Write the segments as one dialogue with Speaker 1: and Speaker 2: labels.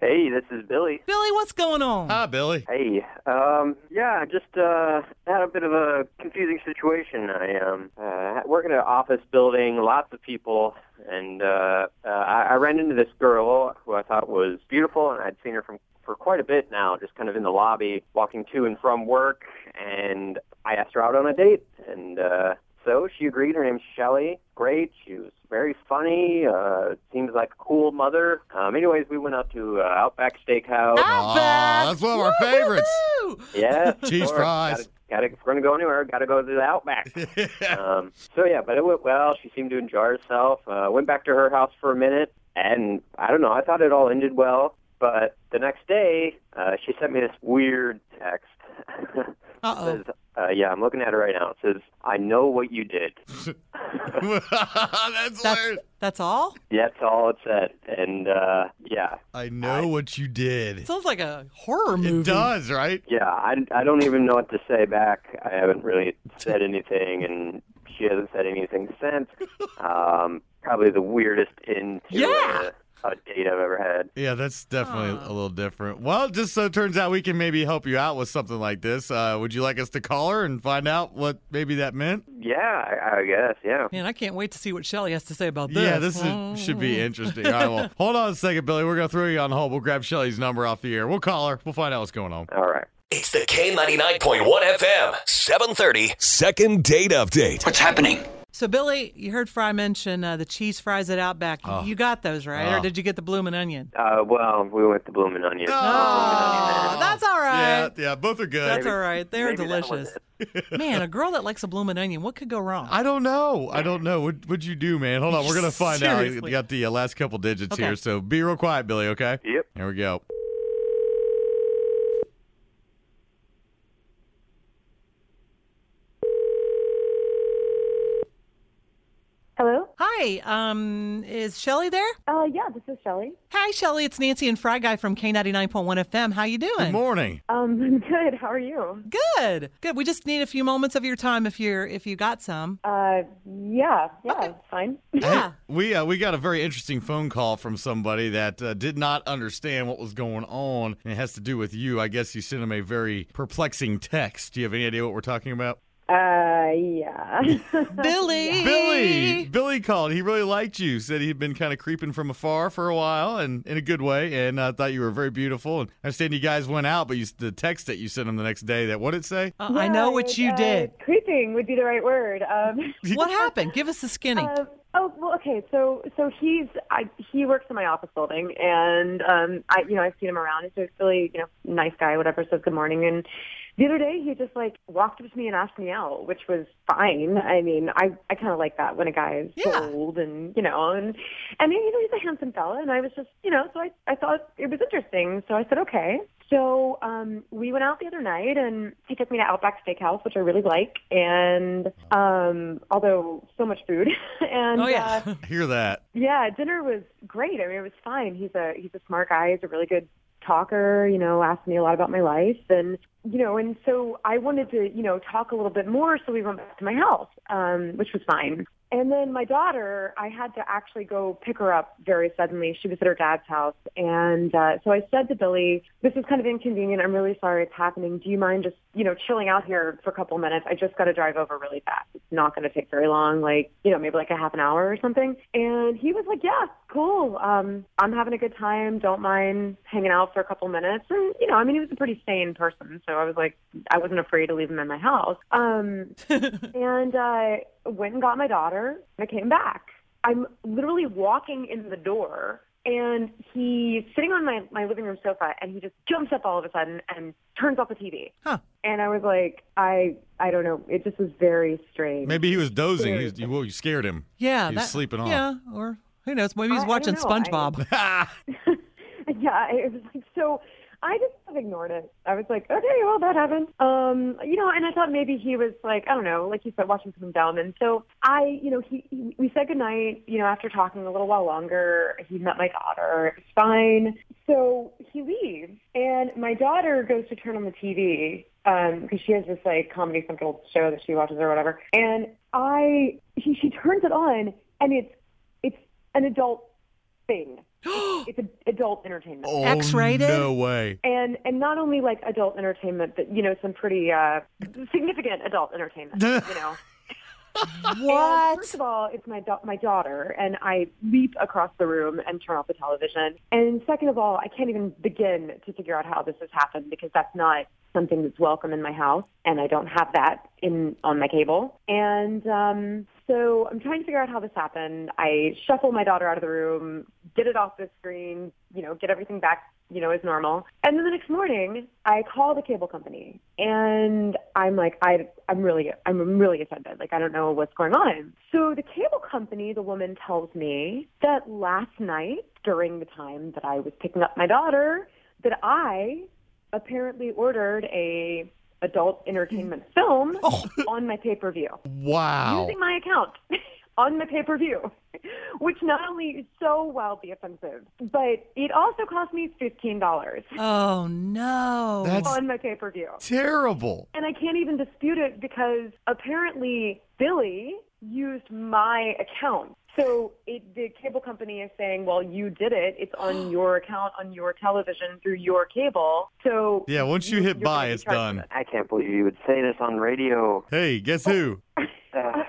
Speaker 1: Hey, this is Billy.
Speaker 2: Billy, what's going on?
Speaker 3: Hi, Billy.
Speaker 1: Hey, um, yeah, just uh, had a bit of a confusing situation. I um, uh, work in an office building, lots of people, and uh, uh, I, I ran into this girl who I thought was beautiful, and I'd seen her from for quite a bit now, just kind of in the lobby, walking to and from work, and I asked her out on a date, and uh, so she agreed. Her name's Shelly. Great. She was very funny. Uh, seems like a cool mother. Um, anyways, we went out to uh, Outback Steakhouse.
Speaker 2: Outback.
Speaker 3: that's one of our favorites.
Speaker 2: Woo-hoo-hoo.
Speaker 1: Yeah,
Speaker 3: Cheese
Speaker 1: sure.
Speaker 3: fries.
Speaker 1: Gotta, gotta, if we're gonna go anywhere, gotta go to the Outback. um, so yeah, but it went well. She seemed to enjoy herself. Uh, went back to her house for a minute, and I don't know. I thought it all ended well, but the next day, uh, she sent me this weird text. It
Speaker 2: Uh-oh.
Speaker 1: says, uh, yeah, I'm looking at it right now. It says, "I know what you did."
Speaker 3: that's
Speaker 2: That's,
Speaker 3: hilarious.
Speaker 2: that's all?
Speaker 1: That's all it said, and uh, yeah,
Speaker 3: I know what you did.
Speaker 2: Sounds like a horror movie.
Speaker 3: It does, right?
Speaker 1: Yeah, I, I don't even know what to say back. I haven't really said anything, and she hasn't said anything since. Um, probably the weirdest into
Speaker 2: Yeah.
Speaker 1: a, a date I've ever had.
Speaker 3: Yeah, that's definitely a little different. Well, just so it turns out, we can maybe help you out with something like this. Uh, would you like us to call her and find out what maybe that meant?
Speaker 1: Yeah, I, I guess, yeah.
Speaker 2: Man, I can't wait to see what Shelly has to say about this. Mm.
Speaker 3: Yeah, this is, should be interesting. All right, well, hold on a second, Billy. We're going to throw you on hold. We'll grab Shelly's number off the air. We'll call her. We'll find out what's going on.
Speaker 1: All right.
Speaker 4: It's the K99.1 FM, 730.
Speaker 5: Second date update.
Speaker 6: What's happening?
Speaker 2: So, Billy, you heard Fry mention uh, the cheese fries at Outback.
Speaker 3: Ah.
Speaker 2: You got those, right? Or
Speaker 3: Oh.
Speaker 2: did you get the bloomin' onion?
Speaker 1: Uh, well, we went to Bloomin' Onion.
Speaker 2: Oh, that's all right.
Speaker 3: Yeah, yeah, both are good.
Speaker 2: That's all right. They're
Speaker 1: maybe that
Speaker 2: delicious. Man, a girl that likes a bloomin' onion, what could go wrong?
Speaker 3: I don't know. I don't know. What would you do, man? Hold on. We're gonna find out. You
Speaker 2: Seriously.
Speaker 3: got the uh, last couple digits
Speaker 2: Okay.
Speaker 3: here, so be real quiet, Billy. Okay.
Speaker 1: Yep.
Speaker 3: Here we go.
Speaker 7: Hello?
Speaker 2: Hi, um, is Shelly there?
Speaker 7: Uh, yeah, this is Shelly.
Speaker 2: Hi, Shelly. It's Nancy and Fry Guy from K99.1 FM. How you doing?
Speaker 3: Good morning.
Speaker 7: Um, I'm good. How are you?
Speaker 2: Good. Good. We just need a few moments of your time if you're if you got some.
Speaker 7: Uh, yeah, yeah, it's fine.
Speaker 2: Yeah.
Speaker 3: We uh, we got a very interesting phone call from somebody that uh, did not understand what was going on, and it has to do with you. I guess you sent him a very perplexing text. Do you have any idea what we're talking about?
Speaker 7: Uh, yeah.
Speaker 2: Billy.
Speaker 3: Billy. Billy called. He really liked you. Said he'd been kind of creeping from afar for a while, and in a good way. And uh, thought you were very beautiful. And I understand you guys went out, but you, the text that you sent him the next day that what it say?
Speaker 2: Uh, I know what you
Speaker 7: Uh,
Speaker 2: did.
Speaker 7: Creeping would be the right word. Um,
Speaker 2: What happened? Give us the skinny.
Speaker 7: uh, oh, well, okay. So, so he's, I, he works in my office building and, um, I, you know, I've seen him around. He's a really, you know, nice guy, whatever, says good morning. And the other day he just like walked up to me and asked me out, which was fine. I mean, I, I kind of like that when a guy is
Speaker 2: Yeah.
Speaker 7: old and, you know, and, and you know, he's a handsome fella. And I was just, you know, so I, I thought it was interesting. So I said, okay. So um, we went out the other night, and he took me to Outback Steakhouse, which I really like, and um, although so much food, and
Speaker 2: oh yeah.
Speaker 7: uh,
Speaker 3: Hear that?
Speaker 7: yeah, dinner was great. I mean, it was fine. He's a he's a smart guy. He's a really good talker. You know, asked me a lot about my life, and you know, and so I wanted to you know talk a little bit more. So we went back to my house, um, which was fine. And then my daughter, I had to actually go pick her up very suddenly. She was at her dad's house, and uh, so I said to Billy, "This is kind of inconvenient. I'm really sorry it's happening. Do you mind just you know chilling out here for a couple minutes? I just got to drive over really fast. It's not going to take very long. Like you know maybe like a half an hour or something." And he was like, "Yeah, cool. Um, I'm having a good time. Don't mind hanging out for a couple minutes." And you know, I mean, he was a pretty sane person, so I was like, I wasn't afraid to leave him in my house. Um, and I went and got my daughter. And I came back. I'm literally walking in the door, and he's sitting on my, my living room sofa, and he just jumps up all of a sudden and turns off the TV.
Speaker 2: Huh.
Speaker 7: And I was like, I I don't know. It just was very strange.
Speaker 3: Maybe he was dozing. He was, you, well, you scared him.
Speaker 2: Yeah.
Speaker 3: He's
Speaker 2: that-
Speaker 3: sleeping on.
Speaker 2: Yeah. Or who knows? Maybe
Speaker 7: I- I
Speaker 2: he's
Speaker 7: don't
Speaker 2: watching
Speaker 7: know. I-
Speaker 2: SpongeBob.
Speaker 7: yeah, it was like so. I just kind of ignored it. I was like, okay, well, that happened. Um, you know, and I thought maybe he was like, I don't know, like you said, watching something dumb. And so I, you know, he, he we said goodnight, you know, after talking a little while longer, he met my daughter. It was fine. So he leaves and my daughter goes to turn on the TV um, because she has this like Comedy Central show that she watches or whatever. And I, she, she turns it on and it's, it's an adult thing. it's an adult entertainment.
Speaker 3: Oh,
Speaker 2: X-rated?
Speaker 3: No way.
Speaker 7: And and not only like adult entertainment, but you know some pretty uh, significant adult entertainment. you know, And
Speaker 2: What?
Speaker 7: first of all, it's my da- my daughter, and I leap across the room and turn off the television. And second of all, I can't even begin to figure out how this has happened because that's not something that's welcome in my house, and I don't have that in on my cable. And um, so I'm trying to figure out how this happened. I shuffle my daughter out of the room, get it off the screen, you know, get everything back you know, is normal. And then the next morning, I call the cable company, and I'm like, I, I'm really, I'm really offended. Like, I don't know what's going on. So the cable company, the woman tells me that last night, during the time that I was picking up my daughter, that I apparently ordered a adult entertainment film on my pay-per-view
Speaker 3: Wow.
Speaker 7: using my account on the pay per view, which not only is so wildly offensive, but it also cost me $15
Speaker 2: Oh no.
Speaker 3: That's
Speaker 7: on my pay per view.
Speaker 3: terrible.
Speaker 7: And I can't even dispute it because apparently Billy used my account. So it, the cable company is saying, well, you did it. It's on your account, on your television, through your cable. So
Speaker 3: Yeah, once you hit
Speaker 7: you're gonna
Speaker 3: buy,
Speaker 7: be
Speaker 3: it's
Speaker 7: charged for
Speaker 3: done.
Speaker 7: that.
Speaker 1: I can't believe you would say this on radio.
Speaker 3: Hey, guess who?
Speaker 7: Oh,
Speaker 1: Uh,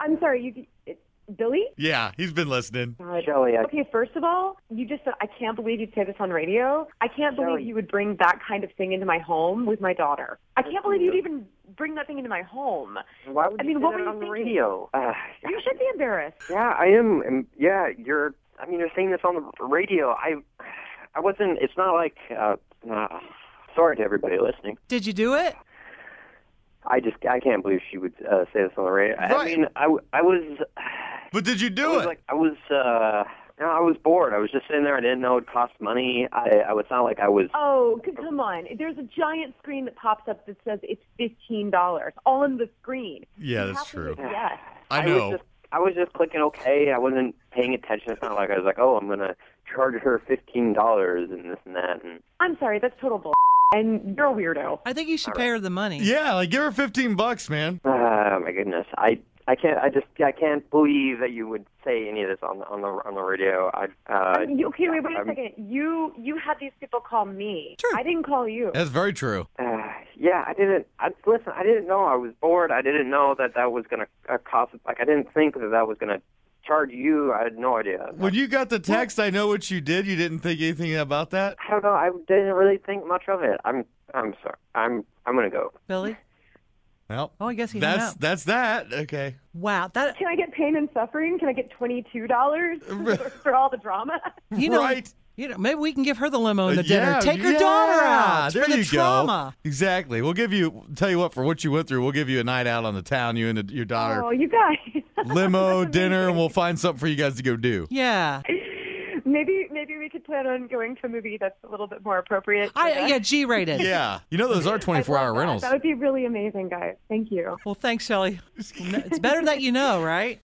Speaker 7: I'm sorry, you, it, Billy?
Speaker 3: Yeah, he's been listening.
Speaker 1: Shelly, I,
Speaker 7: Okay, first of all, you just said, I can't believe you'd say this on radio. I can't
Speaker 1: Sorry.
Speaker 7: believe you would bring that kind of thing into my home with my daughter. I can't believe you'd even bring that thing into my home.
Speaker 1: why would
Speaker 7: I
Speaker 1: you
Speaker 7: mean,
Speaker 1: say
Speaker 7: what
Speaker 1: that
Speaker 7: were you
Speaker 1: on the
Speaker 7: thinking?
Speaker 1: radio? Uh,
Speaker 7: You should be embarrassed.
Speaker 1: yeah, I am. and Yeah, you're. I mean, you're saying this on the radio. I, I wasn't. It's not like. Uh, uh, sorry to everybody listening.
Speaker 2: Did you do it?
Speaker 1: I just I can't believe she would uh, say this on the radio. I
Speaker 3: Right.
Speaker 1: mean, I, w- I was
Speaker 3: But did you
Speaker 1: I
Speaker 3: do
Speaker 1: was
Speaker 3: it?
Speaker 1: like I was uh, no, I was bored. I was just sitting there. I didn't know it cost money. I, I was not like I was.
Speaker 7: Oh, c- come on. There's a giant screen that pops up that says it's $15 on the screen.
Speaker 3: yeah,
Speaker 7: You
Speaker 3: that's
Speaker 7: have to
Speaker 3: true.
Speaker 7: say Yes.
Speaker 3: I
Speaker 1: was
Speaker 3: know.
Speaker 1: just I was just clicking okay. I wasn't paying attention. It's not like I was like, oh, I'm gonna charge her fifteen dollars and this and that. And
Speaker 7: I'm sorry, that's total bull. And you're a weirdo.
Speaker 2: I think you should pay her the money.
Speaker 3: Yeah, like give her 15 bucks, man.
Speaker 1: oh my goodness, I I can't. I just I can't believe that you would say any of this on the on the on the radio. I uh,
Speaker 7: You- okay, wait, wait a
Speaker 1: I'm-
Speaker 7: second. You you had these people call me.
Speaker 2: True.
Speaker 7: I didn't call you.
Speaker 3: That's very true.
Speaker 1: Uh, yeah, I didn't. I listen. I didn't know I was bored. I didn't know that that was gonna uh, cost. Like I didn't think that that was gonna charge you. I had no idea.
Speaker 3: When you got the text, I know what you did. You didn't think anything about that?
Speaker 1: I don't know. I didn't really think much of it. I'm. I'm sorry. I'm. I'm gonna go.
Speaker 2: Billy?
Speaker 3: Well,
Speaker 2: Oh, I guess he hung
Speaker 3: that's
Speaker 2: up.
Speaker 3: that's that. Okay.
Speaker 2: Wow. That
Speaker 7: Can I get pain and suffering? Can I get twenty two dollars for all the drama?
Speaker 2: you know
Speaker 3: right.
Speaker 2: you know maybe we can give her the limo and the
Speaker 3: Uh,
Speaker 2: dinner.
Speaker 3: yeah,
Speaker 2: Take her
Speaker 3: yeah,
Speaker 2: daughter out
Speaker 3: There
Speaker 2: for the
Speaker 3: you
Speaker 2: trauma.
Speaker 3: go. Exactly. We'll give you tell you what for what you went through. We'll give you a night out on the town. You and your daughter
Speaker 7: Oh, you guys.
Speaker 3: limo dinner, and we'll find something for you guys to go do.
Speaker 2: Yeah.
Speaker 7: maybe maybe we could plan on going to a movie that's a little bit more appropriate. for
Speaker 2: I
Speaker 7: that.
Speaker 2: yeah, G rated.
Speaker 3: Yeah, you know those are 24 hour rentals.
Speaker 7: That would be really amazing, guys. Thank you.
Speaker 2: Well, thanks, Shelly. Well, no- It's better that you know, right?